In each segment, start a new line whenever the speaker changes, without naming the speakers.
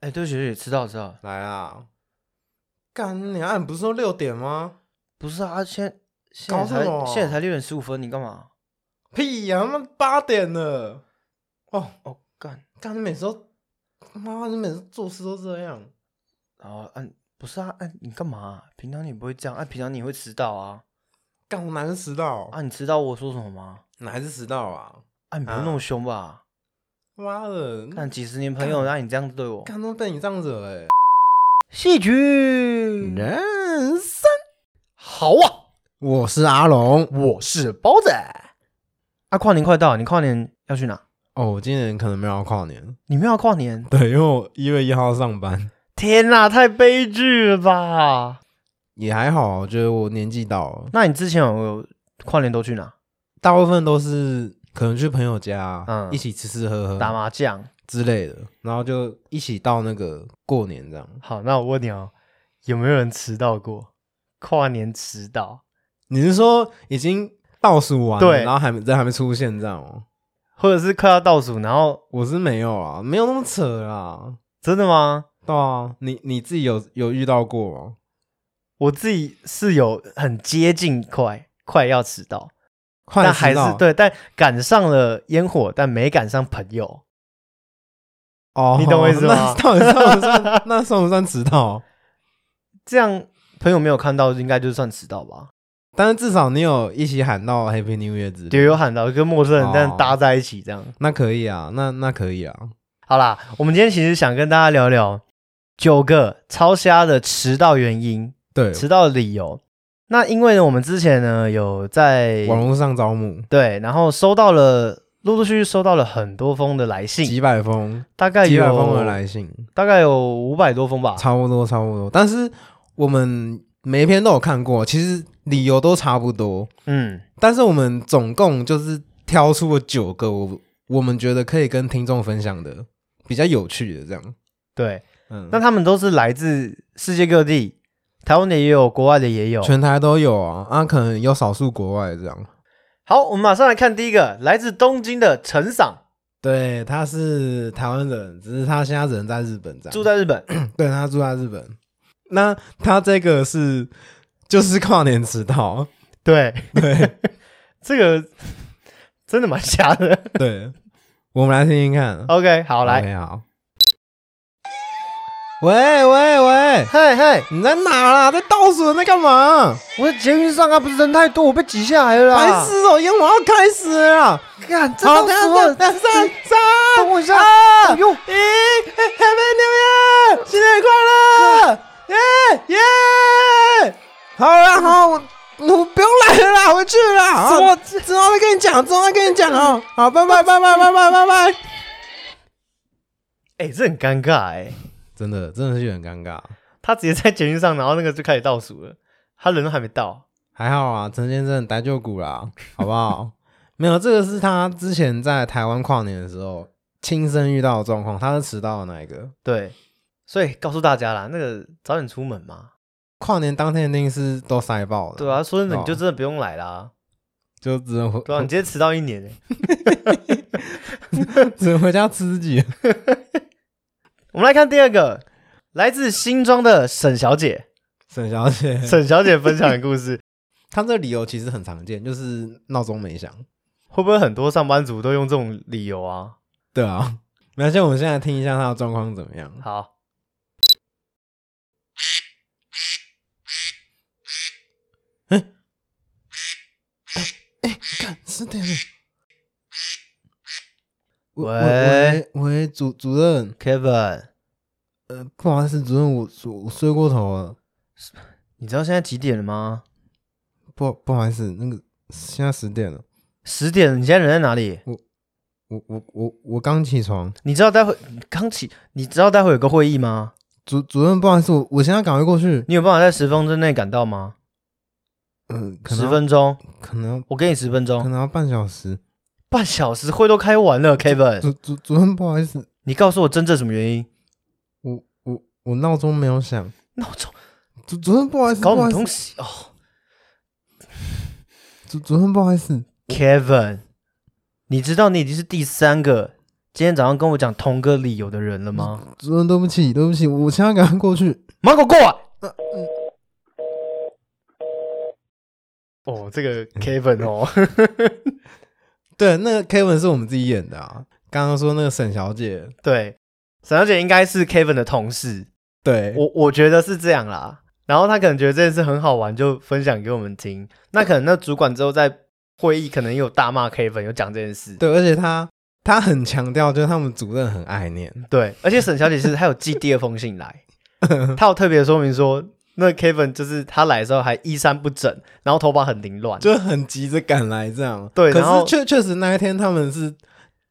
哎，对不起，对不起，迟到，迟到。
来啊！干你啊！你不是说六点吗？
不是啊，现在现在
搞什
才
么
现在才六点十五分，你干嘛？
屁呀、他妈八点了！哦，
哦，干，
干你每次都，妈你每次做事都这样。
然后按、不是啊，按、你干嘛、平常你不会这样，按、啊平常你会迟到啊？
干我哪是迟到？
啊，你知道我说什么吗？
哪还是迟到啊？
啊，你不用那么凶吧？
妈的！
看、几十年朋友，啊让你这样对我，
干都被你这样惹哎、
戏剧
人生，
好啊！
我是阿龙，我是包仔。
啊，跨年快到，你跨年要去哪？
哦，我今年可能没有要跨年，
你们要跨年？
对，因为我一月一号上班，
天哪、太悲剧了吧！
也还好，我觉得我年纪到了，
那你之前有跨年都去哪？
大部分都是可能去朋友家，
嗯
一起吃吃喝喝，
打麻将。
之类的，然后就一起到那个过年这样。
好，那我问你哦，有没有人迟到过？跨年迟到，
你是说已经倒数完了，
对
然后还没人还没出现这样哦？
或者是快要倒数，然后
我是没有啊，没有那么扯啦。
真的吗？
对啊，你你自己有有遇到过吗？
我自己是有很接近快快要迟到，
快
但
迟
还
到
是对，但赶上了烟火，但没赶上朋友。
哦，
你懂我意思吗
那到底算不算？那算不算迟到？
这样朋友没有看到，应该就算迟到吧？
但是至少你有一起喊到 Happy New Year 之类的
也有喊到跟陌生人
哦
但搭在一起这样。
那可以啊，那那可以啊。
好啦，我们今天其实想跟大家聊聊九个超瞎的迟到原因、
对，
迟到的理由。那因为呢，我们之前呢有在
网络上招募
对，然后收到了陆陆续续收到了很多封的来信，
几百封，
大概
几
有
百封的来信，
大概有五百多封吧。
差不多，差不多。但是我们每一篇都有看过，其实理由都差不多。
嗯，
但是我们总共就是挑出了九个我我们觉得可以跟听众分享的比较有趣的这样。
对。
嗯，
那他们都是来自世界各地，台湾的也有，国外的也有。
全台都有啊，啊，可能有少数国外这样。
好，我们马上来看第一个，来自东京的陈赏，
对，他是台湾人，只是他现在人在日本这样。
住在日本。
对他住在日本。那他这个是就是跨年迟到，
对，
对
这个真的蛮瞎的。
对，我们来听听看。
OK，好，来，
OK，好。喂喂喂，
嗨嗨，
你在哪啊啦？在倒数在干嘛？
我在捷运上啊，不是人太多，我被挤下来了
白
啦。
痴哦，烟火要开始了啦。
干，啊这
好，
到
等
时
一
候
下等一下等一下啊三
等
三
我一下。哎
二
呦，
一，Happy New Year，新年
啊
快乐！耶耶！好啦好，我我不用来了啦，回去啦。
怎嗯么
我之后再跟你讲，之后再跟你讲哦。好，拜拜拜拜拜拜拜拜。
哎、这很尴尬哎、
真的真的是有点尴尬，
他直接在捷运上，然后那个就开始倒数了，他人都还没到。
还好啊，陈先生逮旧股啦， 好不好？没有，这个是他之前在台湾跨年的时候亲身遇到的状况，他是迟到的那一个。
对，所以告诉大家啦，那个早点出门嘛。
跨年当天一定是都塞爆了，
对啊，哦说真的，
哦
你就真的不用来啦。
就只能回，
对啊，你直接迟到一年欸、
只能回家吃自己。
我们来看第二个，来自新庄的沈小姐，
沈小姐，
沈小姐分享的故事，
她这理由其实很常见，就是闹钟没响。
会不会很多上班族都用这种理由啊？
对啊，没关系，我们现在听一下她的状况怎么样。
好，
是的。喂
喂
喂喂，主主任，
Kevin，
呃，不好意思，主任，我我我睡过头了，
你知道现在几点了吗？
不不好意思，那个现在十点了，
十点了，你现在人在哪里？
我我我我刚起床，
你知道待会刚起，你知道待会有个会议吗？
主主任，不好意思，我我现在赶快过去，
你有办法在十分钟内赶到吗？
嗯、可能
十
要
分钟，
可能要
我给你十分
可
钟，
能要半小时，
半小时会都开完了，Kevin，
主主主任，不好意思，
你告诉我真正什么原因？
我我我闹钟没有响，
闹钟
主主任不好意思，
搞
不
什么
好意思
东，西哦
主主任不好意思，
，Kevin，你知道你已经是第三个今天早上跟我讲同个理由的人了吗？
主任，对不起，对不起，我现在赶快过去。
马狗过来！
呃嗯
嗯哦，这个 Kevin 哦，
对，那个 Kevin 是我们自己演的啊。刚刚说那个沈小姐，
对，沈小姐应该是 Kevin 的同事，
对，
我我觉得是这样啦。然后他可能觉得这件事很好玩，就分享给我们听。那可能那主管之后在会议可能也有大骂 Kevin，有讲这件事。
对，而且他他很强调，就是他们主任很爱念。
对，而且沈小姐其实她有寄第二封信 来，她有特别说明说，那 Kevin 就是他来的时候还衣衫不整，然后头发很凌乱，
就很急着赶来这样。
对
可
然后
是确确实那一天他们是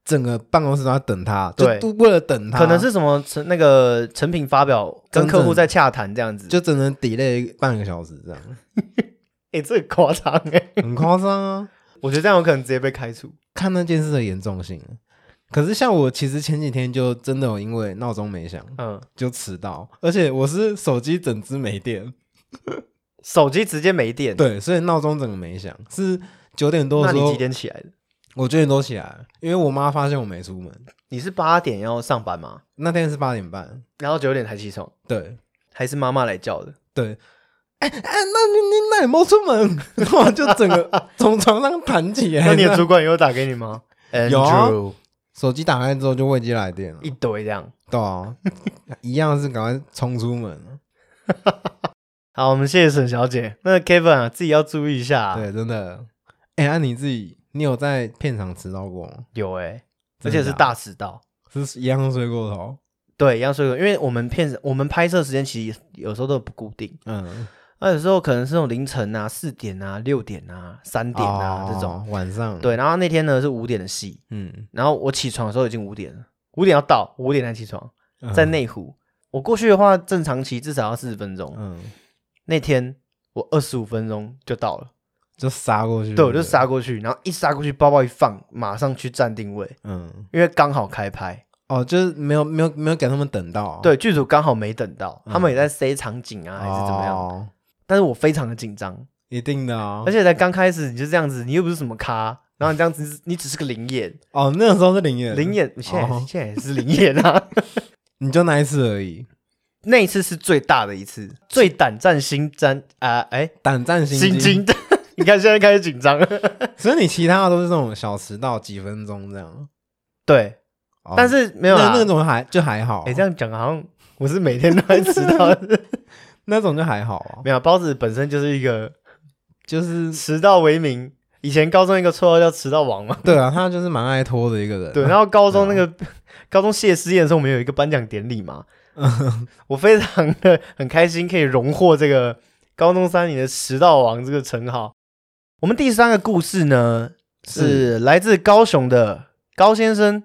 整个办公室都在等他，就
对
都为了等他，
可能是什么成那个成品发表跟
真
客户
正
在洽谈这样子，就
就只能 delay 半个小时这 样，
哎、这很夸张哎，
很夸张啊！
我觉得这样有可能直接被开除。
看那件事的严重性。可是像我，其实前几天就真的有因为闹钟没响
嗯，
就迟到，而且我是手机整只没电，
手机直接没电，，
对，所以闹钟整个没响，是九点多
那
的时
你
候
几，点起来的？
我九点多起来了，因为我妈发现我没出门，
你是八点要上班吗？
那天是八点半，
然后九点才起床，
对，
还是妈妈来叫的？
对，哎哎，那你你那你没出门， 然后就整个从床上弹起来。
那你的
这
主
样
管有打给你 吗？
有啊
Andrew，
手机打开之后就未接来电了
一，堆这样。
对啊，一样是赶快冲出门。
好，我们谢谢沈小姐。那 Kevin 啊，自己要注意一下、啊。，
对，真的。哎，那你自己，你有在片场迟到过吗？
有哎、而
真
且
的
是
假的
大迟到。
是一样睡过头？
对，一样说，因为我们片我们拍摄时间其实有时候都不固定，
嗯，
那有时候可能是那种凌晨啊、四点啊、六点啊、三点啊、这种。
哦晚上。，
对，然后那天呢是五点的戏，
嗯，
然后我起床的时候已经五点了，五点要到，五点才起床，在
嗯
内湖。我过去的话，正常骑至少要四十分钟。
嗯，
那天我二十五分钟就到了，
就杀过去。
对，我就。杀过去，然后一杀过去，包包一放，马上去站定位，
嗯，
因为刚好开拍，
哦，就是没有没有没有给他们等到。啊
对，剧组刚好没等到，他们
哦嗯
也在塞场景啊，
哦，
还是怎么样，但是我非常的紧张，
一定的啊
而。且才刚开始你就这样子，你又不是什么 咖，然后你这样子，你只是个灵眼，
哦，那个时候是零演，
灵眼，现在、
哦
现在也是灵眼啊。
你就那一次而已。
那一次是最大的一次，最胆战心战啊！哎、
胆战哦心
心惊 的。你看，现在开始紧张了。
所以你其他的都是这种小迟到几分钟这样。
对，
哦
但是没有啦
那。那种还就还好，啊
哎、这样讲好像我是每天都在迟 到。
那种就还好啊，
没有，包子本身就是一个
就是
迟到为名。以前高中一个绰号叫迟到王嘛。
对啊，他就是蛮爱拖的一个人。啊
对，啊然后高中那个、高中谢师宴的时候，我们有一个颁奖典礼 嘛。我非常的很开心，可以荣获这个高中三年的迟到王这个称号。我们第三个故事呢，是来自高雄的高先生。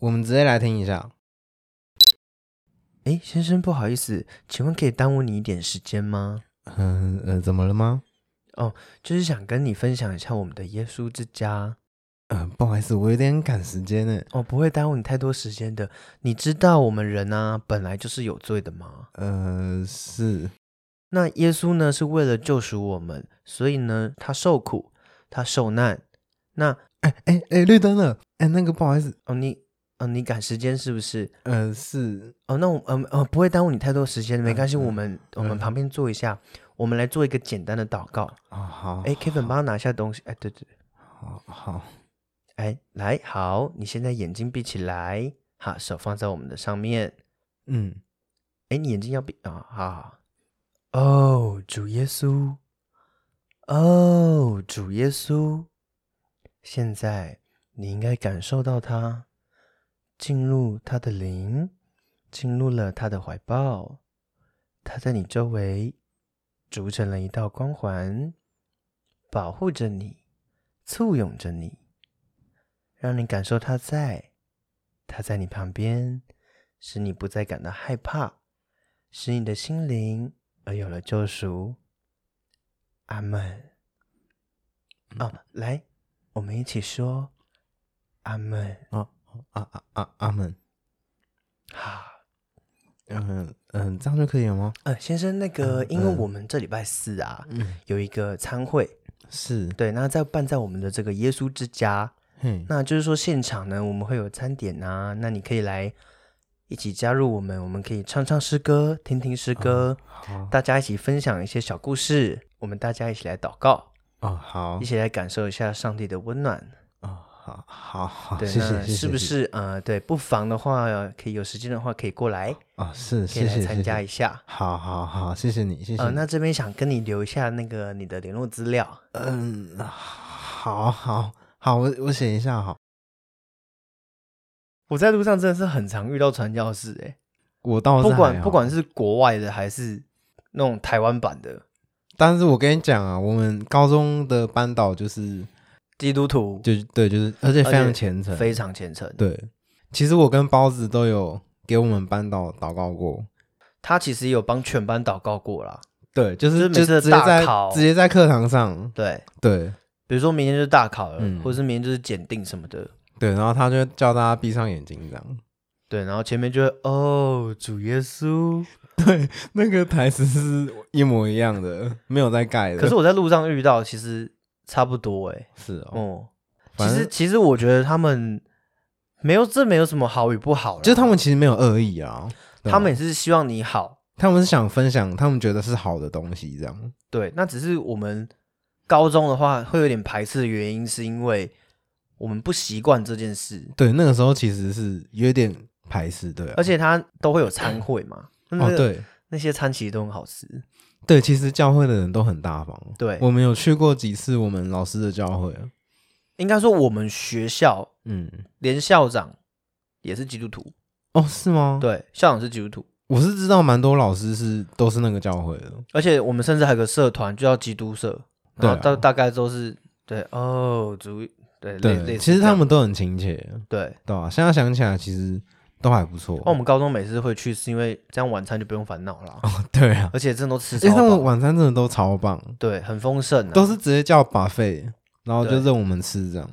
我们直接来听一下。
哎，先生，不好意思，请问可以耽误你一点时间吗？
嗯呃，怎么了吗？
就是想跟你分享一下我们的耶稣之家。
呃，不好意思，我有点赶时间呢。
哦，不会耽误你太多时间的。你知道我们人啊，本来就是有罪的嘛。
呃，是，
那耶稣呢，是为了救赎我们，所以呢，他受苦，他受难。那
哎哎哎，绿灯了。哎，那个不好意思，
哦，你哦，你赶时间是不是？
呃，是，
哦，那我嗯呃不会耽误你太多时间，没关系，
嗯
我们我们
嗯
旁边坐一下，我们来做一个简单的祷告。
哦，好，
哎，Kevin 帮他拿一下东西。哎，对对，
好，好，
哎，来，好，你现在眼睛闭起来，好，手放在我们的上面。
嗯，
哎，你眼睛要闭啊、好好好。哦，主耶稣，哦，主耶稣，现在你应该感受到他，进入他的灵，进入了他的怀抱，他在你周围筑成了一道光环，保护着你，簇拥着你，让你感受他在，他在你旁边，使你不再感到害怕，使你的心灵而有了救赎。阿门。哦，来，我们一起说阿门。
哦，啊啊啊，阿门。
好。
嗯嗯，这样就可以了吗？
呃，先生，那个，
嗯
因为
嗯
我们这礼拜四啊，
嗯，
有一个参会，
是，
对，那在办在我们的这个耶稣之家，
嘿，
那就是说现场呢，我们会有餐点啊，那你可以来一起加入我们，我们可以唱唱诗歌，听听诗歌，
好
大家一起分享一些小故事，我们大家一起来祷告，
哦，好
一，起来感受一下上帝的温暖。
哦，好，好，好，
对，
谢谢，
那
谢谢
是不？
谢谢
是呃，对，不妨的话，可以有时间的话可以过来，
哦，是，
可以
谢
来
谢，
参加一
下。
下。
好好好，谢谢你，谢谢
呃，
你。
那这边想跟你留一下那个你的联络资料。
嗯，好好好，我我写一下好。
我在路上真的是很常遇到传教士、欸，
我倒
不
是哦还
管
好
不管是国外的还是那种台湾版的
但是我跟你讲啊，我们高中的班导就是，
基督徒，
就对，就是，而且非
而且
常虔诚，
非常虔诚。，
对。其实我跟包子都有给我们班导祷告过，
他其实也有帮全班祷告过啦。
对，就
就是
是
每
就
次的
直接
大
在
考
直接在课堂上，
对，
对
比如说明天就是大考了，
嗯
或者是明天就是检定什么的。
对，然后他就叫大家闭上眼睛这样。
对，然后前面就会哦，主耶稣。
那个台词是一模一样的，没有在盖的。
可是我在路上遇到，其实差不多哎、
是哦，
哦、其
反
实
正
其实我觉得他们没有这没有什么好与不好啦，
就是他们其实没有恶意啊，对啊
他们也是希望你好，
他们是想分享他们觉得是好的东西，这样。
对，那只是我们高中的话会有点排斥的原因，是因为我们不习惯这件事，
对，那个时候其实是有点排斥，对啊、
而且他都会有餐会 嘛，那
哦，
个
对
那些餐其实都很好吃，
对，其实教会的人都很大方。
对
我们有去过几次我们老师的教会，
应该说我们学校
嗯，
连校长也是基督徒，
哦，是吗？，
对，校长是基督徒，
我是知道蛮多老师是都是那个教会的。
而且我们甚至还有个社团就叫基督社，然后
对
大、
啊
大概都是对哦，主对类类
对，
似
其实
这
他
样
们都很亲切，
对。
对吧、现在想起来，其实都还不错。
那、我们高中每次会去，是因为这样晚餐就不用烦恼啦，
对啊，
而且真的都吃
因为他
超
们
饱，
晚餐真的都超棒，
对，很丰盛、啊，
都是直接叫 buffet，然后就
对
任我们吃这样，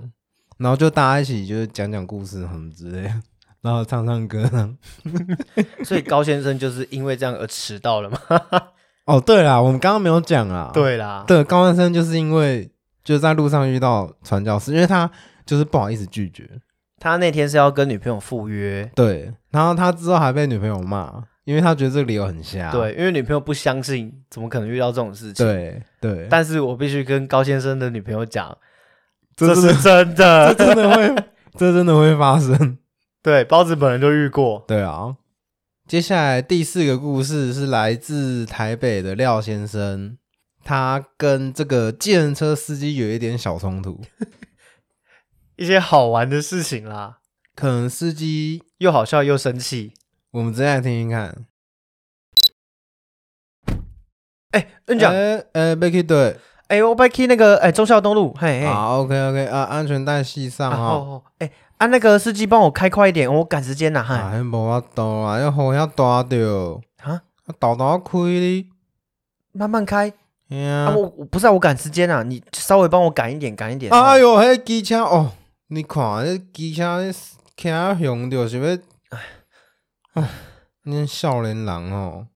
然后就大家一起就是讲讲故事什么之类的，然后唱唱歌这样。
所以高先生就是因为这样而迟到 了嘛？
哦，对啦，我们刚刚没有讲啦。
对啦，
对，高中生就是因为就在路上遇到传教士，因为他就是不好意思拒绝，
他那天是要跟女朋友赴约，
对，然后他之后还被女朋友骂，因为他觉得这个理由很瞎。
对，因为女朋友不相信，怎么可能遇到这种事情？，
啊对对，
但是我必须跟高先生的女朋友讲，
这
这
真的
是真
这
的，
真的会，这真的会发生。
对，包子本人就遇过，
对啊，接下来第四个故事是来自台北的廖先生，他跟这个计程车司机有一点小冲突，
一些好玩的事情啦，
可能司机，
又好笑又生气。
我们直接来听听看。
哎，跟你讲，
呃呃 b e c k y 对，
哎，我被 K 那个，哎，忠孝东路，嘿嘿，啊
好 OK OK 啊，安全带系上啊
哦，
哈。
哦哎，啊，那个司机帮我开快一点，我赶时间呐，
啊，
嗨，
还无法度啊，要好遐大着，
啊，
啊，大大开哩，
慢慢开，
吓、
啊，我我不是啊，我赶时间啊，你稍微帮我赶一点，赶一点。
哎
哦
哟，迄机车哦，你看迄机车，那骑啊熊着是要，唉，恁少年人哦，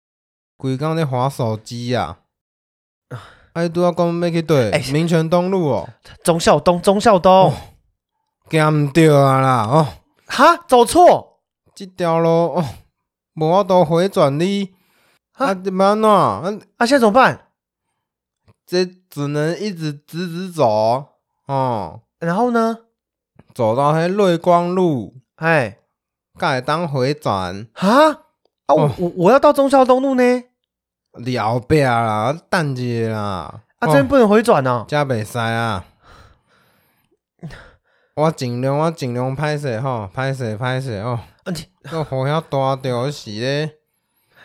规工咧划手机啊。哎，拄仔讲要去对
哎是
民权东路哦，
忠孝东，忠孝东，
行毋对啊啦哦，
哈，走错，
即条路哦，无法度回转哩。
啊
啊，怎么安怎？啊，
啊，现在怎么办？
这只能一直直直走哦，
然后呢？
走到迄瑞光路，
哎，
才会当回转。
哈，啊，我
哦
我我要到忠孝东路呢，
你后壁啦，等者啦，
啊，
哦
这边不能回转呢。
加袂使啊。我尽量，我尽量拍摄吼，拍摄拍摄哦。
啊，你
个雨遐大着是咧，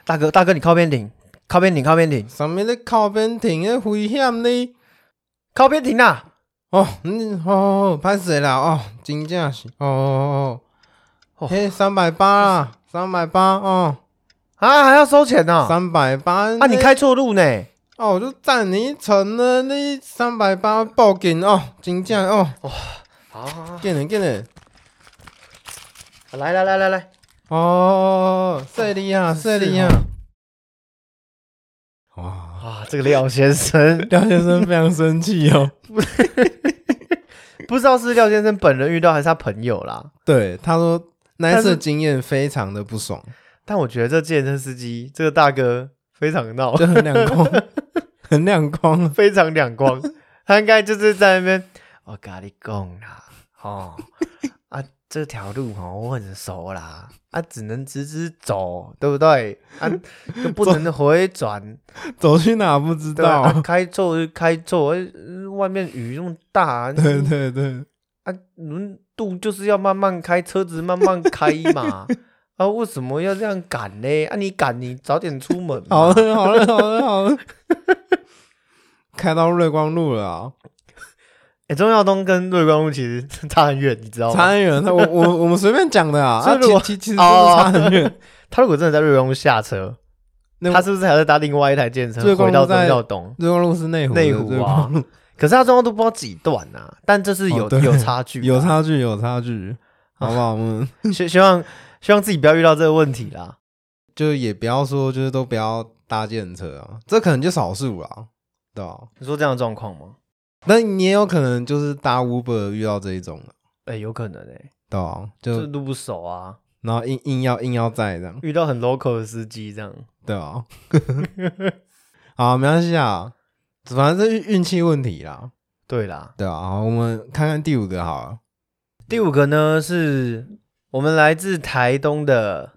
大哥大哥，你靠边停，靠边停，靠边停，
啥物咧靠边停咧危险咧。
靠边停啊啦！
哦，你好好好，拍摄啦哦，真正是哦哦哦
哦
哦，嘿三百八啦，三百八哦，
啊，还要收钱呢？
三百八。
啊，你开错路呢？
哦，我就占你一层了，你三百八报警哦，真正哦，
啊，
紧嘞紧嘞。
来来来来来，
哦，塞利亚，塞利亚，哇！
啊，这个廖先生
廖先生非常生气哦，
不知道是廖先生本人遇到还是他朋友啦。
对，他说那一
但
次
是
经验非常的不爽，
但我觉得这健身司机这个大哥非常闹，
就很亮光，很亮光啊。
非常两 光。他应该就是在那边，我跟你讲啦， 哦啊，这条路哦我很熟啦，啊，只能直直走，对不对？ 啊，就不能回转，
走去哪不知
对吧？
道
啊、。开错就开错，呃外面雨那么大，
对对对，
啊，轮渡就是要慢慢开，车子慢慢开 嘛。啊，为什么要这样赶呢？啊，你赶你早点出门嘛。
好了好了好了好了，开到瑞光路了啊、
欸钟耀东跟瑞光路其实差很远，你知道
差
吗？
很远。他我我我们随便讲的啊，
所以
啊
如果
其其其实真的差很远。
他如果真的在瑞光路下车，
那
他是不是还要再搭另外一台电车
瑞光
回
路
到钟
在
耀东
瑞光路是内湖的，
内湖
瑞
啊
光路？
可是他中央都不知道几段啊，但这是有、
哦对
有差距啊，
有差距有差距，好不好？我们
希希望希望自己不要遇到这个问题啦。
就也不要说，就是都不要搭计程车啊，这可能就少数啦，对吧、
你说这样的状况吗？
但你也有可能就是搭 Uber 遇到这一种的，
哎、有可能哎、
对吧、就
这路不熟啊，
然后硬硬要硬要载这样，
遇到很 local 的司机这样。
对吧、 好，没关系啊，反正是运运气问题啦，
对啦，
对吧、好，我们看看第五个好了，
第五个呢是我们来自台东的，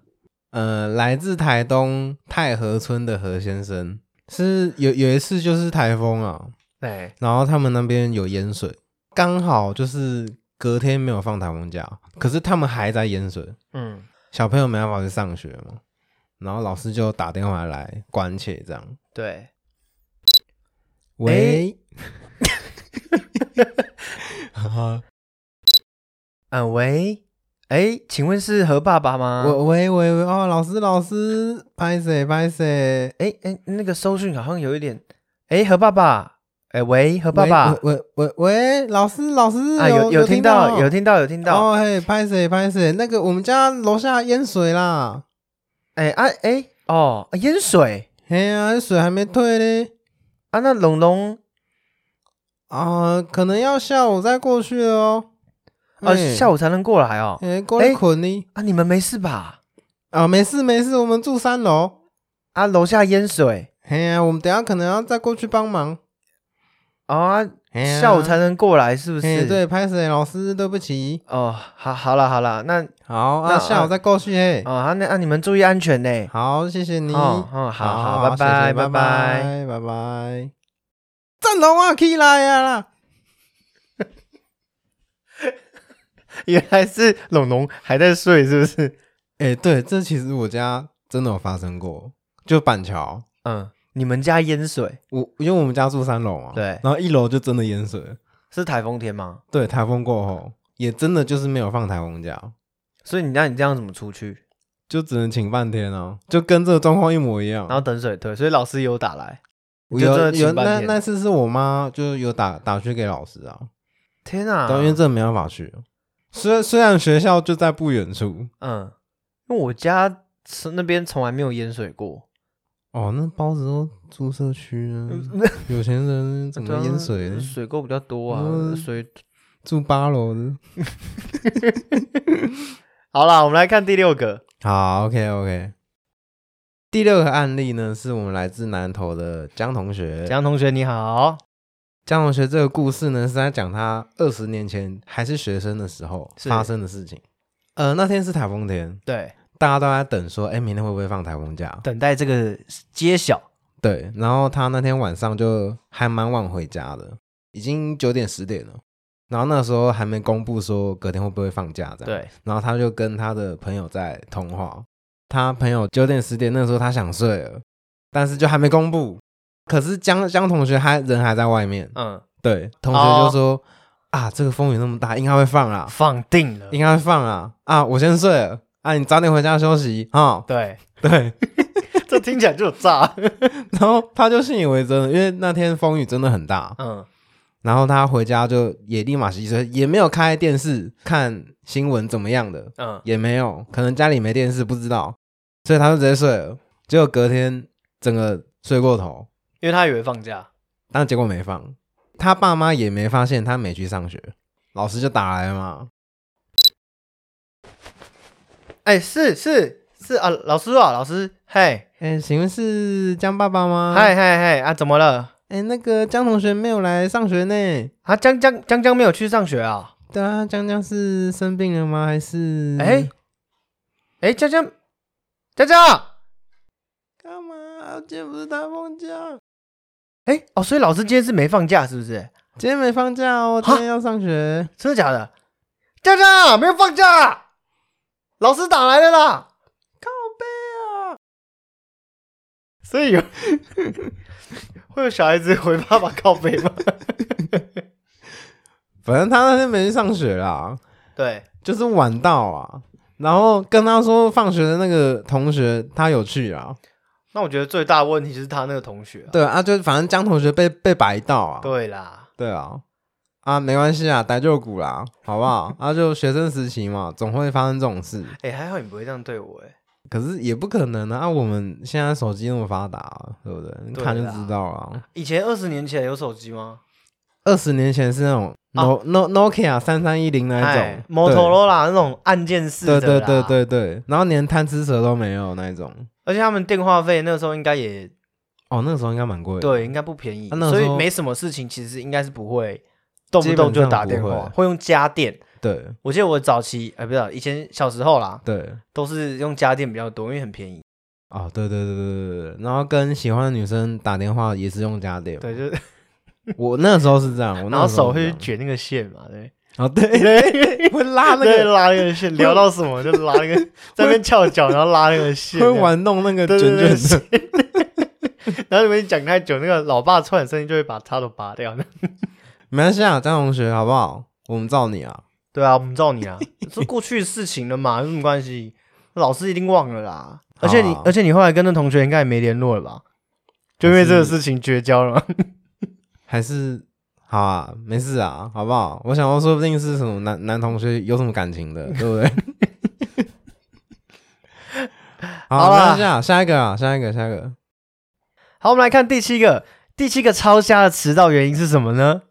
呃，来自台东太和村的何先生是有有一次就是台风啊，
哎、
然后他们那边有淹水，刚好就是隔天没有放台风假，可是他们还在淹水，
嗯，
小朋友没办法去上学嘛，然后老师就打电话来关切这样，
对，
喂，哈哈
嗯，喂，哎、请问是何爸爸吗？
我喂喂喂哦，老师老师，拍谁拍谁，
哎哎、那个收讯好像有一点，哎、何爸爸，哎、喂，何爸爸，
喂喂喂喂，老师老师
啊，有
有
听
到
有听到，有听到，
哦嘿，拍谁拍谁，那个我们家楼下淹水啦，
哎、啊哎、哦，啊淹水
嘿呀、啊，水还没退嘞。
啊，那龙龙
啊，可能要下午再过去哦。
啊，下
午，
午才能过来哦，
哎，过来
哎
捆你
啊，你们没事吧？
啊，没事没事，我们住三楼。
啊，楼下淹水，
嘿呀，我们等一下可能要再过去帮忙。
哦啊，
嘿哎呀
下午才能过来，是不
嘿
是？，
对，拍谁？老师，对不起。
哦，好，好了，好了，那
好啊，
那
下午再过去嘿。
哦，啊，那啊，你们注意安全呢。
好，谢谢你。
哦，哦，好好，拜
谢谢
拜，
拜
拜拜。
拜拜拜。战龙啊，起来呀啦！
原来是龙龙还在睡，是不是？
哎，对，这其实我家真的有发生过，就板桥。
嗯，你们家淹水
我因为我们家住三楼嘛，
对
然后一楼就真的淹水了。
是台风天吗？
对，台风过后也真的就是没有放台风假，
所以你那你这样怎么出去？
就只能请半天哦，就跟这个状况一模一样。
然后等水退，所以老师有打来。
我
就真
有
的请
有
半
那
天
那次是我妈就有打打去给老师啊，
天啊！
但因为这没办法去。虽虽然学校就在不远处
嗯，因为我家是那边从来没有淹水过。
哦，那包子都住社区呢， 有钱人怎么淹水
嗯对啊
呢？
水沟比较多啊，
嗯
水。
住八楼的。
好啦，我们来看第六个。
好，OK OK。第六个案例呢，是我们来自南投的江同学。
江同学你好，
江同学这个故事呢，是在讲他二十年前还是学生的时候
是
发生的事情。呃，那天是台风天，
对，
大家都在等说，哎，明天会不会放台风假？
等待这个揭晓。
对，然后他那天晚上就还蛮晚回家的，已经九点十点了。然后那时候还没公布说隔天会不会放假这样。。
对，
然后他就跟他的朋友在通话，他朋友九点十点那时候他想睡了，但是就还没公布。可是江江同学还人还在外面，
嗯，
对，同学就说、啊，这个风雨那么大，应该会放啦，
放定了
应。该会放啦。啊，我先睡了，啊，你早点回家休息啊。
对，
对，
这听起来就有诈。
然后他就信以为真了，因为那天风雨真的很大。
嗯，然
然后他回家就也立马洗车，也没有开电视看新闻怎么样的，
嗯，
也没有，可能家里没电视不知道，所以他就直接睡了。结果隔天整个睡过头，
因为他以为放假。
但结果没放，他爸妈也没发现他没去上学。老师就打来嘛。
哎，是是是啊，老师啊，老师，嘿，
哎、请问是江爸爸吗？
嗨嗨嗨，啊，怎么了？
哎、那个江同学没有来上学呢。
啊，江江江江没有去上学啊？
对啊，江江是生病了吗？还是
哎哎，江江，江江，
干嘛？啊今天不是他放假，
哎哦，所以老师今天是没放假，是不是？
今天没放假哦，
哈
今天要上学。
真的假的？江江没有放假，老师打来了啦。
靠背啊！
所以有 会有小孩子回爸爸靠背吗？
反正他那天没去上学啦，
对，
就是晚到啊。然后跟他说放学的那个同学，他有去啊。
那我觉得最大的问题就是他那个同学、啊。
对啊，就反正江同学被被白到啊。
对啦，
对啊，啊没关系啊，逮就鼓啦，好不好？啊就学生时期嘛，总会发生这种事。
哎、还好你不会这样对我、哎，
可是也不可能啊！啊我们现在手机那么发达、啊对不对？你
对
看就
啦
知道了。
以前二十年前有手机吗？
二十年前是那种 No、No Nokia 三三一零那一种
啊哎，，Motorola 那种按键式
对
的
对
啦
对对对，然后连贪吃蛇都没有那一种。
而且他们电话费那时候应该也
哦，那个时候应该蛮贵的。
对，应该不便宜，
啊那时
所
候
以没什么事情，其实应该是不会动
基
不
本上
动就打电
不
话，
会
会用家电。
对
我记得我早期，哎、不是以前小时候啦，
对
都是用家电比较多，因为很便宜。
哦，对对对对对对，然后跟喜欢的女生打电话也是用家电。
对，就是
我那时候是这样， 我
然
那
后
时候
手
是这
会
样
去卷那个线嘛，对。
哦，对，
对，
会拉那
对，
个，
拉那个线，聊到什么就拉 那个，在那边翘脚，然后拉那个线，
会玩弄那个
对
卷
对对
卷的。
然后你们讲太久，那个老爸突然声音就会把插头拔掉。
没关系啊，张同学，好不好？我们罩你啊。
对啊，我们照你啊， 是过去的事情了嘛，有什么关系？老师一定忘了啦。而且你，
好啊
而且你后来跟那同学应该也没联络了吧？就因为这个事情绝交了 吗。
还是好啊，没事啊，好不好？我想说，说不定是什么男男同学有什么感 情的，对不对？
好
好
啦
了，下下一个啊，下一个，下一个，
好，我们来看第七个，第七个超瞎的迟到原因是什么呢？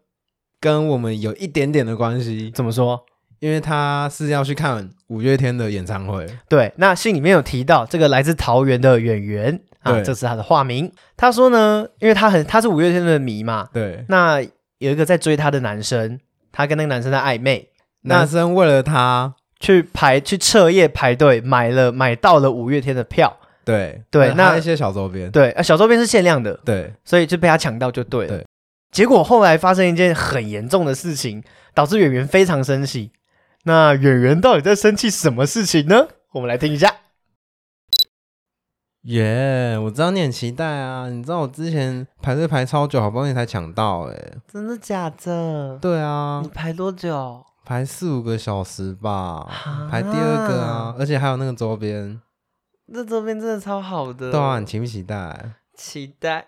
跟我们有一点点的关系，
怎么说？
因为他是要去看五月天的演唱会。
对，那信里面有提到这个来自桃园的演员啊，
对
这是他的化名。他说呢，因为他很他是五月天的迷嘛，
对，
那有一个在追他的男生，他跟那个男生在暧昧，那
男生为了他，
去排去彻夜排队买了买到了五月天的票。
对
对
那
那
一些小周边，
对，啊，小周边是限量的，
对
所以就被他抢到就对了。
对
结果后来发生一件很严重的事情，导致演员非常生气。那演员到底在生气什么事情呢？我们来听一下。
耶我知道你很期待啊，你知道我之前排队排超久，好不容易才抢到、欸，哎，
真的假的？
对啊，
排多久？
排四五个小时吧，排第二个啊，而且还有那个周边，
这周边真的超好的，
对啊，你期不期待？
期待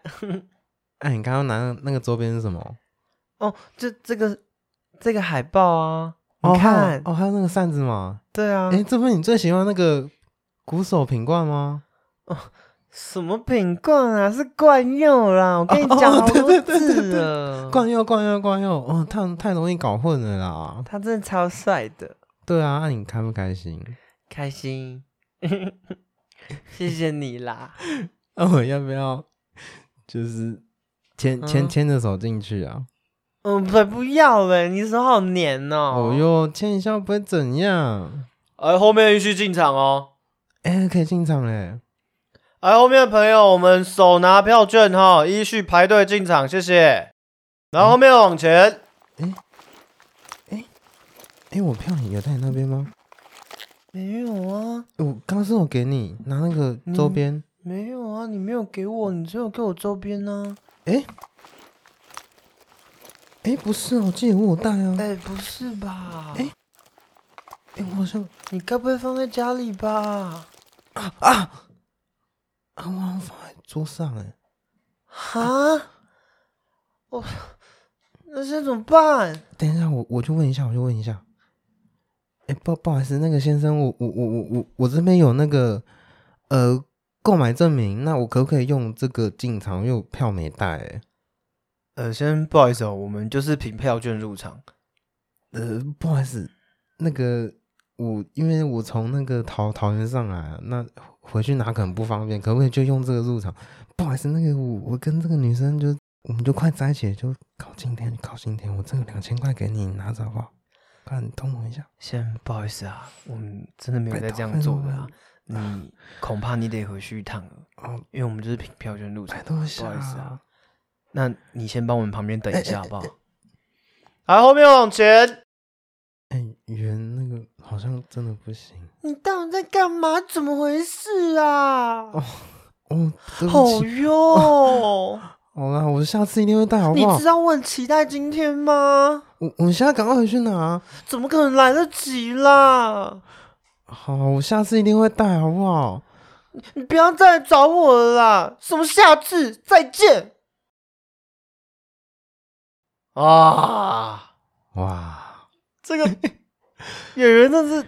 哎，你刚刚拿的那个周边是什么？
哦。这这个这个海报啊，
哦
你看，
还有哦，还有那个扇子嘛？
对啊，
哎，这不是你最喜欢那个鼓手品冠吗？
什么品冠啊，是冠佑啦，我跟你讲
哦哦
好多
对对对对
次了，
冠佑，冠佑，冠佑，哦，太太容易搞混了啦。
他真的超帅的，
对啊，那你开不开心？
开心，谢谢你啦。
那我要不要就是牵牵
嗯
牵着手进去啊？
嗯，不不要了，你手好黏哦。
哦哟，牵一下不会怎样。
哎，后面必须进场哦。
哎，可以进场嘞。
哎，后面的朋友，我们手拿票券哈，依序排队进场，谢谢。然后后面往前，
哎，我票有在你那边吗？
没有啊，
我刚是我给你拿那个周边，
没有啊，你没有给我，你只有给我周边呢、
哎、不是哦，记得我有带啊，哎、
哎，不是吧？
哎我好像
你该不会放在家里吧？
啊，我好像放在桌上哎、
哈？我那现在怎么办？
等一下，我我去问一下，我去问一下。哎、不不好意思，那个先生，我我我我我我这边有那个呃购买证明，那我可不可以用这个进场？因为我票没带哎、
呃，先不好意思哦，我们就是凭票券入场。
呃，不好意思，那个我因为我从那个桃桃园上来啊，那回去拿可能不方便，可不可以就用这个入场？不好意思，那个我我跟这个女生就我们就快在一起了，就搞今天搞今天，我这个两千块给你，你拿着好不好？快，你通我一下。
先不好意思啊，我们真的没有
拜
在
托
这样
拜
做
托
的啊。 你恐怕你得回去一趟了，
哦，
因为我们就是凭票券入场
拜。托一
不
下
好意思啊
啊。
那你先帮我们旁边等一下好不好？来，后面往前。
哎、圆那个好像真的不行
你到底在干嘛？怎么回事啊？
哦，对不
好
起，
哟，
好啦，我下次一定会带，好
你
不好
知？道我很期待今天吗？
我我现在赶快回去拿，
怎么可能来得及啦？
好，我下次一定会带，好不好？
你不要再来找我了啦！什么下次再见啊！
哇，
这个演员真是，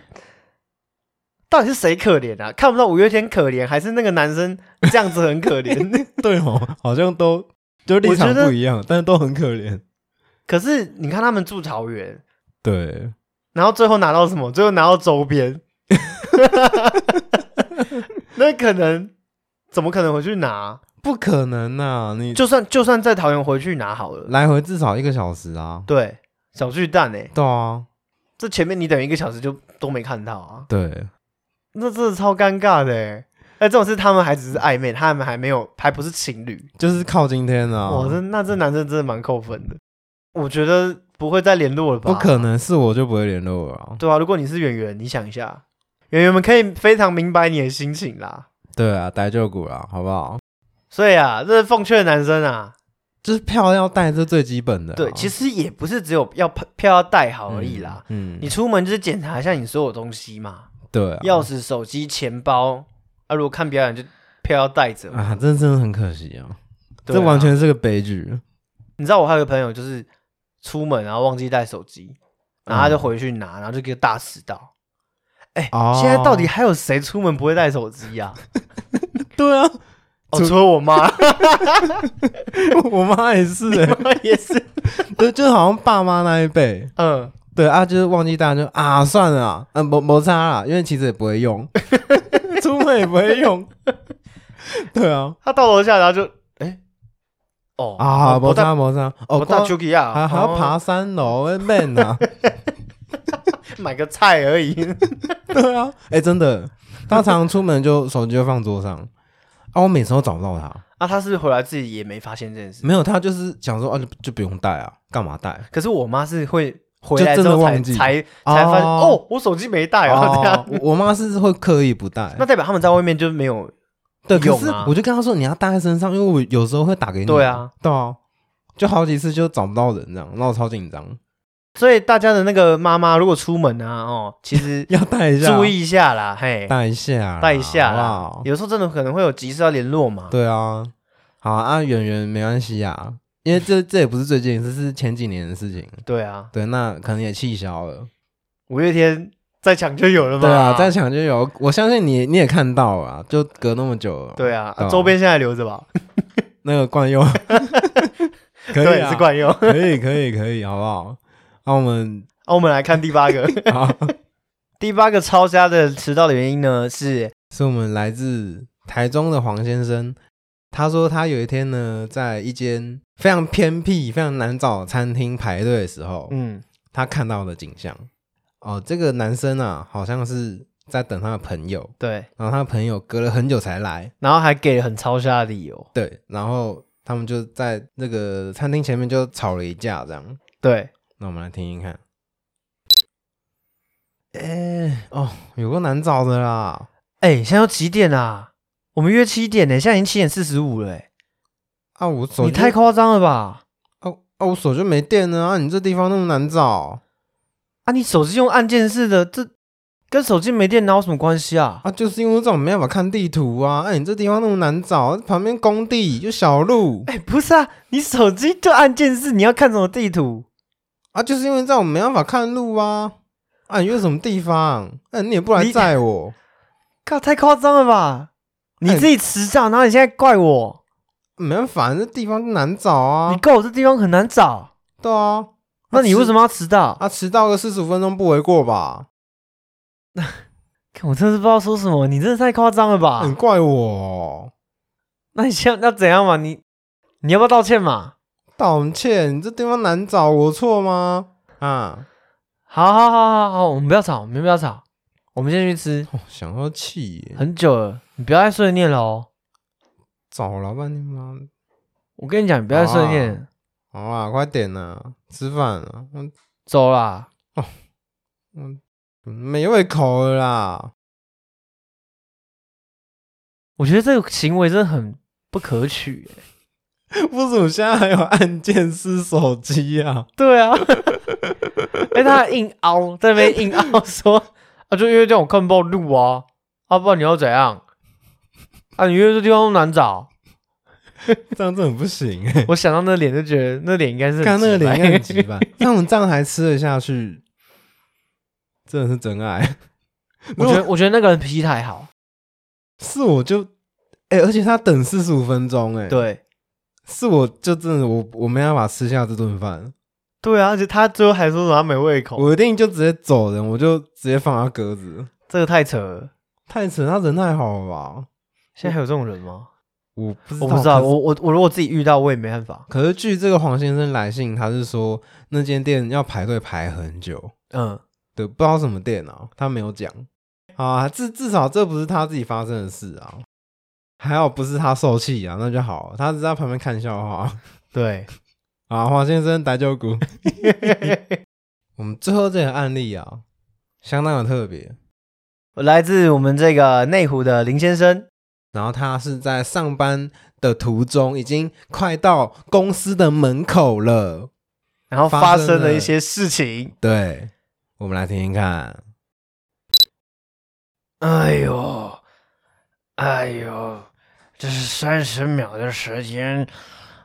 到底是谁可怜啊？看不到五月天可怜，还是那个男生这样子很可怜？
对哦，好像都就
我觉得
一样，但是都很可怜。
可是你看他们住桃园，
对，
然后最后拿到什么？最后拿到周边， 那可能怎么可能回去拿？
不可能呐、你
就算就算在桃园啊回去拿好了，
来回至少一个小时啊。
对，小巨蛋哎、
对啊，
这前面你等一个小时就都没看到啊，
对，
那真的超尴尬的哎、哎，这种事他们还只是暧昧，他们还没有，还不是情侣。
就是靠今天啊。
我这那这男生真的蛮扣分的，我觉得不会再联络了吧？
不可，能是我就不会联络了啊。
对啊，如果你是演员，你想一下，演员们可以非常明白你的心情啦。
对啊，逮旧股啦，好不好？
所以啊，这是奉劝男生啊，
就是票要带，这最基本的啊、
对，其实也不是只有要票要带好而已啦。
嗯，嗯
你出门就是检查一下你所有东西嘛，
对、啊、
钥匙、手机、钱包啊。如果看表演就票要带着嘛。
啊，这真的很可惜啊，
对啊
这完全是个悲剧。
你知道我还有个朋友就是出门然后忘记带手机，然后他就
嗯
回去拿，然后就给大迟到。哎、
哦
现在到底还有谁出门不会带手机 呀、
对啊，
哦，除了我妈，
我妈 也是、欸，
我也是。
对，就好像爸妈那一辈，
嗯，
对啊，就是忘记带就啊，算了啊，嗯，没没差啦，因为其实也不会用， 出门也不会用， 对啊，
他到楼下然后就哎、哦
啊，
我
没
带
差没差，
我
哦，
带
光
j u k 啊，
还还要爬山楼会闷啊，
买个菜而已。
对啊，哎，真的，他常常出门就手机就放桌上，啊，我每次都找不到他，
啊，他是不是回来自己也没发现这件事，
没有，他就是想说啊，就就不用带啊，干嘛带？
可是我妈是会回来
就
之
真的
后才
忘记
才才发现
哦
哦，我手机没带啊，这
哦
样，。
我我妈是会刻意不带，
那代表他们在外面就没有
对，可
用
是
啊
我就跟她说你要带在身上，因为我有时候会打给你。
对啊，
对啊，就好几次就找不到人这样，然后我超紧张，
所以大家的那个妈妈，如果出门啊，哦，其 实
要带一下，
注意一下啦，嘿，
带一下啊啦，
带一下
好
啦
不好。
有时候真的可能会有急事要联络嘛。
对啊，好啊，圆圆没关系啊，因为这这也不是最近，这是前几年的事情。
对啊，
对，那可能也气消了。
五月天再抢就有了嘛。
对啊，再抢就有，我相信你你也看到了啊，就隔那么久了。，
对啊，
对啊
周边现在留着吧，
那个惯 用，可以
对，
啊
是，惯用。
可以可以可以，好不好？那我们
那哦我们来看第八个，
好，
第八个抄家的迟到的原因呢是，
是我们来自台中的黄先生。他说他有一天呢，在一间非常偏僻、非常难找的餐厅排队的时候，
嗯，
他看到的景象。哦，这个男生啊，好像是在等他的朋友，
对，
然后他的朋友隔了很久才来，
然后还给了很抄家的理由，
对，然后他们就在那个餐厅前面就吵了一架，这样。
对，
那我们来听听看。哎、哦，有个难找的啦。
哎，现在都几点啦？我们约七点呢，现在已经七点四十五了，哎
啊，我手
你
机
太夸张了吧？
哦哦，我手就没电了啊！你这地方那么难找
啊，你手机用按键式的，这跟手机没电哪有什么关系啊？
啊，就是因为这种没办法看地图啊！哎、你这地方那么难找，旁边工地就小路
哎、不是啊，你手机就按键式，你要看什么地图？
啊，就是因为这种没办法看路啊！啊，你约什么地方？哎、你也不来
你
载我
靠，太夸张了吧！你自己迟到，然后你现在怪我，
没办法，这地方就难找啊
你！怪我这地方很难找。
对啊，
那你为什么要迟到？
啊，迟到个四十五分钟不为过吧？
看我真是不知道说什么，你真的太夸张了吧？
很怪我哦、
那你像那怎样嘛？你你要不要道歉嘛？
道歉，你这地方难找，我错吗？啊，
好好好好好，我们不要吵，我们不要吵，我们先去吃，
哦、想要气耶，
很久了，你不要再碎念了哦。
找老半天吗？
我跟你讲，你不要再碎念，
好啊，快点啊，吃饭啊，我
走啦。
我没胃口了啦。
我觉得这个行为真的很不可取耶、
为什么现在还有按键式手机啊？
对啊， 哎、他还硬凹在那边硬凹说 啊，就因为这样我看不到路啊，啊，不然你要怎样？啊，你因为这地方难找，
这样真的很 不行哎、欸，
我想到那脸就觉得那脸应该是很
看那个
直白
脸 也很急吧？那我们这样还吃得下去，真的是真爱。
我觉得我觉得那个人脾气太好，
是我就，哎、而且他等四十五分钟哎、，
对
是我就真的我我没办法吃下这顿饭，
对啊，而且他最后还说什么他没胃口，
我一定就直接走人，我就直接放他鸽子。
这个太扯了。
太扯，他人太好了吧？
现在还有这种人吗？
我不知
我
道，
不知道，
可是
我我我如果自己遇到，我也没办法。
可是据这个黄先生来信，他是说那间店要排队排很久，
嗯，
对，不知道什么店啊，他没有讲啊。至至少这不是他自己发生的事啊，还好不是他受气啊，那就好了。他只是在旁边看笑话
对，
啊。黄先生逮鹫骨， 我们最后这个案例啊，相当的特别。
来自我们这个内湖的林先生，
然后他是在上班的途中，已经快到公司的门口了。
然后
发
发
生
生了
了
一些事情。
对，我们来听听看。
哎呦，哎呦，这是三十秒的时间，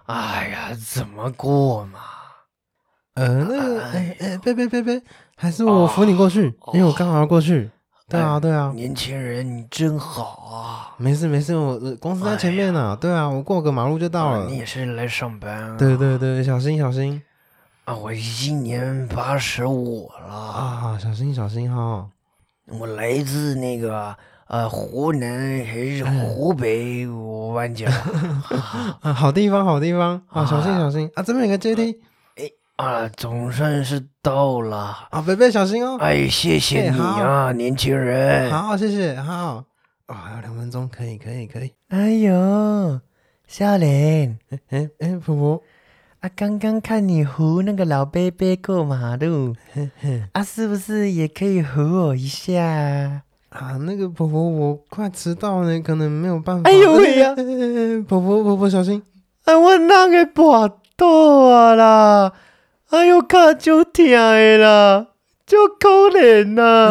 哎呀，怎么过嘛？
呃，那个，哎哎，别别别别，还是我扶你过去，因为我刚好要过去。对啊，对啊，
年轻人，你真好啊！
没事没事，我我公司在前面呢。对啊，我过个马路就到
啊
了
你。也是来上班、啊？
对对对，小心小心
啊，我今年八十五了，
啊，小心小心哈。
我来自那个呃湖南还是湖北，我忘记了。
啊，好地方好地方啊，小心小心啊，这边有个阶梯
啊，总算是到了。
啊，贝贝小心哦。
哎，谢谢
哎
你啊，年轻人。
好，谢谢，好。啊，还有两分钟，可以可以可以。
哎呦，笑脸
哎哎，婆婆，
啊！刚刚看你扶那个老伯伯过马 路，啊，是不是也可以扶我一下啊？
啊，那个婆婆，我快迟到了，可能没有办法。
哎呦喂呀
哎哎哎哎婆婆婆婆，小心！
啊，我那个跋倒啊啦！哎呦，脚就疼的啦，就可怜啦，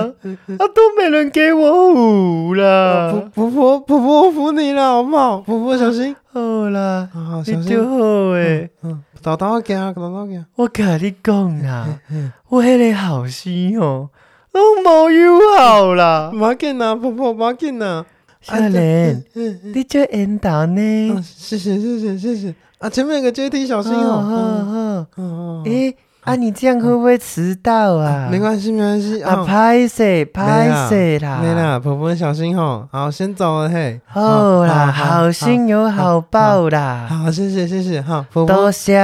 啊都没人给我扶啦。
婆婆婆婆婆，我扶你了，好不好？婆婆小心！
好啦，
啊，小
你
心！
就好诶。
嗯，倒倒给啊，倒倒给啊。
我甲你讲啦，我迄个后生哦，拢无友好啦。
不要紧啊，婆婆不要紧啊。
少
아,
年，
嗯嗯
你这缘投
嗯，
呢？
谢谢谢谢谢谢啊！前面有个阶梯，小
好
心哦。
好好，
嗯嗯，嗯
诶，啊，你这样会不会迟到啊？
没关系没关系
啊，
啊。
拍摄
没
拍摄啦，
没，啦，婆婆小心吼。好，先走了嘿。
好
아,
啦，好
心。
心有好报啦，
好，谢谢谢谢哈，婆婆
多谢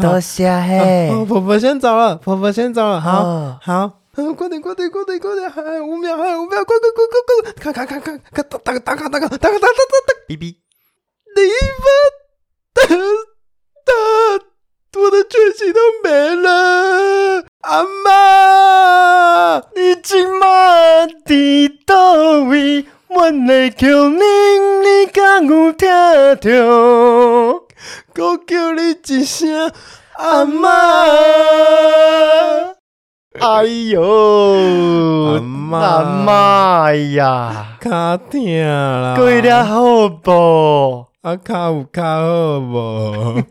多谢嘿
哦，。婆婆先走了，婆婆先走了，好、
哦
好，嗯，快点快点快点快点，还有五秒，还有五秒，快快快快快，看看看看看，打打打卡打卡打卡打卡打打，
哔哔，
你们打打，我的全息都没了，阿妈，
你即马伫倒位？阮的求你，你敢有听着？
我叫你一声阿
阿
妈
妈，，哎呦，
阿嬷
阿妈呀，
卡疼啦，
过了好不？
啊卡有卡好不？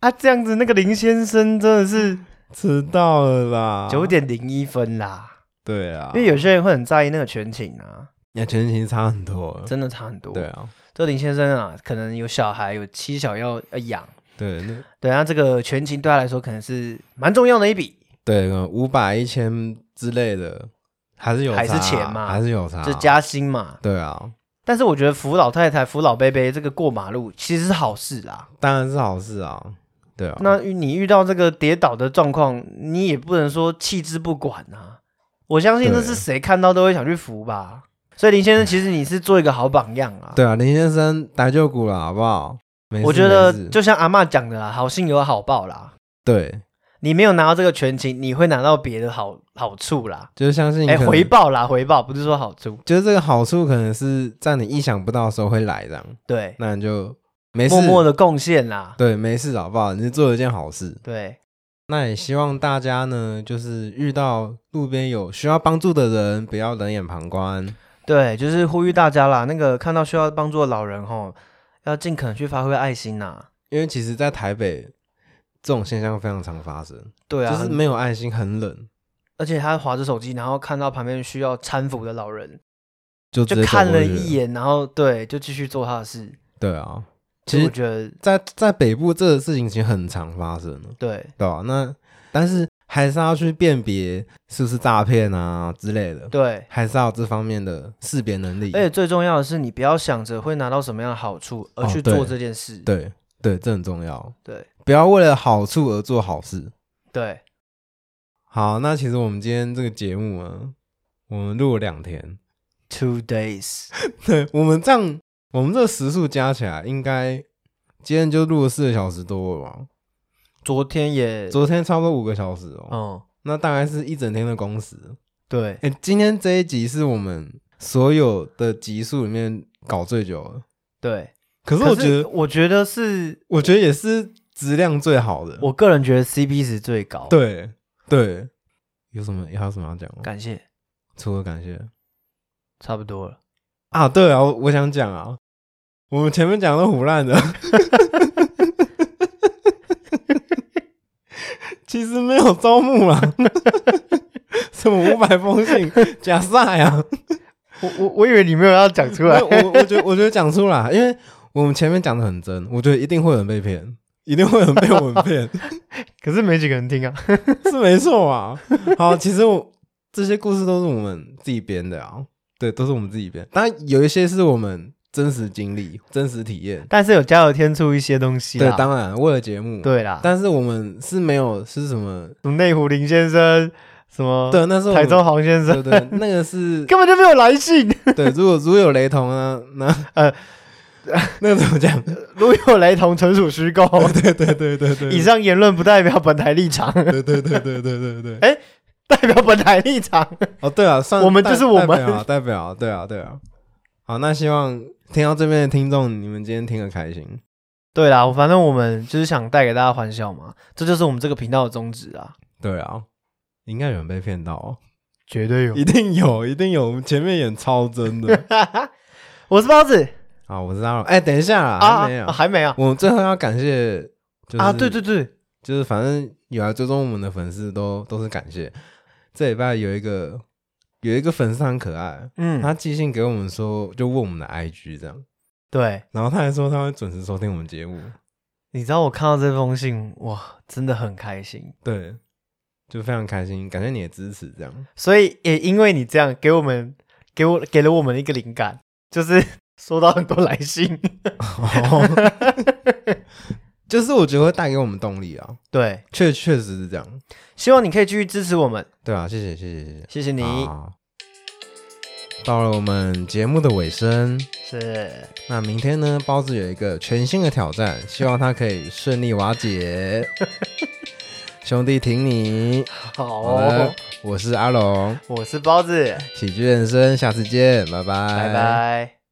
啊，这样子那个林先生真的是
迟到了啦，
九点零一分啦，
对啊，
因为有些人会很在意那个全勤啊，
那全勤差很多，
真的差很多。
嗯对，啊，
这林先生啊，可能有小孩，有妻小要要养，
对，那
对啊，这个全勤对他来说可能是蛮重要的一笔。
对，嗯五百一千之类的，还是有
还是
差啊
钱嘛
还是有差，
就加薪嘛。
对啊，
但是我觉得扶老太太、扶老伯伯这个过马路其实是好事啦。
当然是好事啊，对啊，
那你遇到这个跌倒的状况，你也不能说弃之不管啊。我相信这是
对
谁看到都会想去扶吧。所以林先生，其实你是做一个好榜样啊。
对啊，林先生打救鼓了，好不好？没事
我觉得
没事
就像阿嬷讲的啦，好心有好报啦。
对，
你没有拿到这个全勤，你会拿到别的好好处啦。
就是相信
哎、
可能
回报啦，回报不是说好处，
就是这个好处可能是在你意想不到的时候会来这样，
对，
那你就没事，
默默的贡献啦，
对，没事好不好？你是做了一件好事。
对，
那也希望大家呢，就是遇到路边有需要帮助的人，不要冷眼旁观。
对，就是呼吁大家啦，那个看到需要帮助的老人吼，要尽可能去发挥爱心呐。
因为其实，在台北这种现象非常常发生，
对啊，
就是没有爱心，很冷，
而且他划着手机，然后看到旁边需要搀扶的老人，
就直
就
接
看
走过
了
去
一。眼，然后对，就继续做他的事。
对啊，
其
其
实
实
我觉得，
在在北部这个事情其实很常发生的，
对
对吧、那但是还是要去辨别是不是诈骗啊之类的，
对，
还是要有这方面的识别能力。
而且最重要的是，你不要想着会拿到什么样的好处而
哦
去
对
做这件事。
对对，这很重要，
对
不要为了好处而做好事。
对
好，那其实我们今天这个节目啊，我们录了两天，
，two days，
对我们这样，我们这个时速加起来，应该今天就录了四个小时多了吧？
昨天也，
昨天差不多五个小时哦，
嗯，
那大概是一整天的工时。
对，
哎、今天这一集是我们所有的集数里面搞最久的，
对。
可是
可
我觉得，
我觉得嗯是
我觉得也是质量最好的。
我个人觉得 CP 值最高。，
对对，有什么还有什么要讲吗？
感谢，
除了感谢
差不多了。
啊，对啊，我我想讲啊，我们前面讲的都胡烂的，其实没有招募啦，什么五百封信假赛啊，
我我我以为你没有要讲出
我我我觉得我觉得讲出来，因为我们前面讲的很真，我觉得一定会有人被骗，一定会有人被我们骗，
可是没几个人听啊。
是没错啊。好，其实我这些故事都是我们自己编的啊，对，都是我们自己编。当然有一些是我们真实经历、真实体验。
但是有加油添醋一些东西
对
啦。，
当然为了节目，，
对啊啦，
但是我们是没有是什么？
什么内湖林先生，什么
对，那是我们
哦台中黄先生，
对对，那个是
根本就没有来信。
对。如果如果有雷同啊，那
呃
呃， 那个怎么讲？
如有雷同，纯属虚 构。
对对对对对，
以上言论不代表本台立场，
对对对对对对对。
代表本台立场。
哦，对啊，算
我们
代
就是我们
代表啊，代表啊，对啊，对啊。好，那希望听到这边的听众，你们今天听得开心。
对啦，反正我们就是想带给大家欢笑嘛，这就是我们这个频道的宗旨啊。
对啊，应该有人被骗到、 哦，
绝对有
一定有，一定有。我们前面演超真的
我是包子
啊，我知道了。哎，等一下啦，还没有。
啊还没啊
我们最后要感谢、就是，
啊，对对，对，
就是反正有来追踪我们的粉丝都都是感谢。这礼拜有一个有一个粉丝很可爱，
嗯，
他寄信给我们说，就问我们的 IG 这样，
对，
然后他还说他会准时收听我们节目。
你知道我看到这封信，哇，真的很开心。
对，就非常开心，感谢你的支持，这样。
所以也因为你这样，给我们给我给了我们一个灵感，就是 收到很多来 信。
就是我觉得会带给我们动力啊，
对，
确确实是这样。
希望你可以继续支持我们，
对啊，谢谢谢谢谢谢
谢谢你。
好到了我们节目的尾声，
是，
那明天呢，包子有一个全新的挑战，希望他可以顺利瓦解。兄弟挺你，
好
好
哦、
的，我是阿龙，
我是包子，
喜剧人生，下次见，拜拜，
拜拜